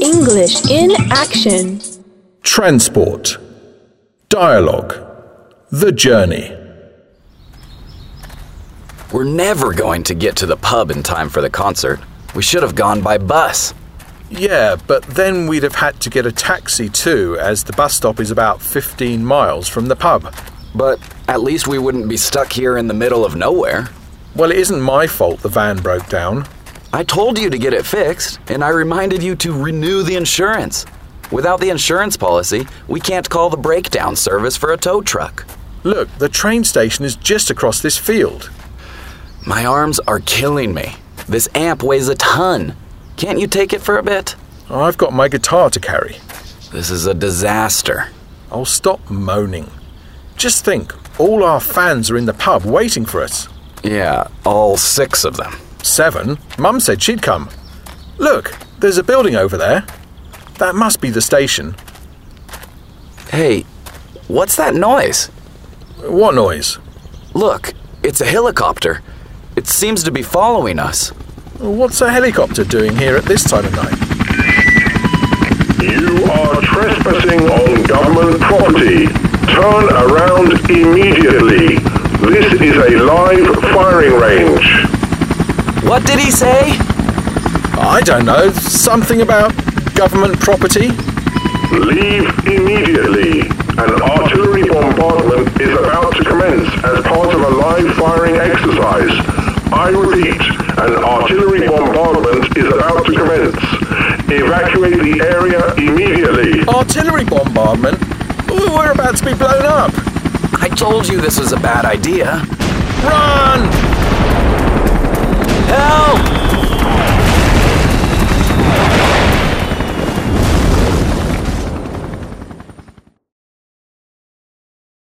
English in action. Transport. Dialogue. The journey. We're never going to get to the pub in time for the concert. We should have gone by bus. Yeah, but then we'd have had to get a taxi too, as the bus stop is about 15 miles from the pub. But at least we wouldn't be stuck here in the middle of nowhere. Well, it isn't my fault the van broke down. I told you to get it fixed, and I reminded you to renew the insurance. Without the insurance policy, we can't call the breakdown service for a tow truck. Look, the train station is just across this field. My arms are killing me. This amp weighs a ton. Can't you take it for a bit? I've got my guitar to carry. This is a disaster. I'll stop moaning. Just think, all our fans are in the pub waiting for us. Yeah, all six of them. Seven. Mum said she'd come. Look, there's a building over there. That must be the station. Hey, what's that noise? What noise? Look, it's a helicopter. It seems to be following us. What's a helicopter doing here at this time of night? You are trespassing on government property. Turn around immediately. This is a live firing range. What did he say? I don't know. Something about government property? Leave immediately. An artillery bombardment is about to commence as part of a live firing exercise. I repeat, an artillery bombardment is about to commence. Evacuate the area immediately. Artillery bombardment? Ooh, We're about to be blown up! I told you this was a bad idea. Run! Help!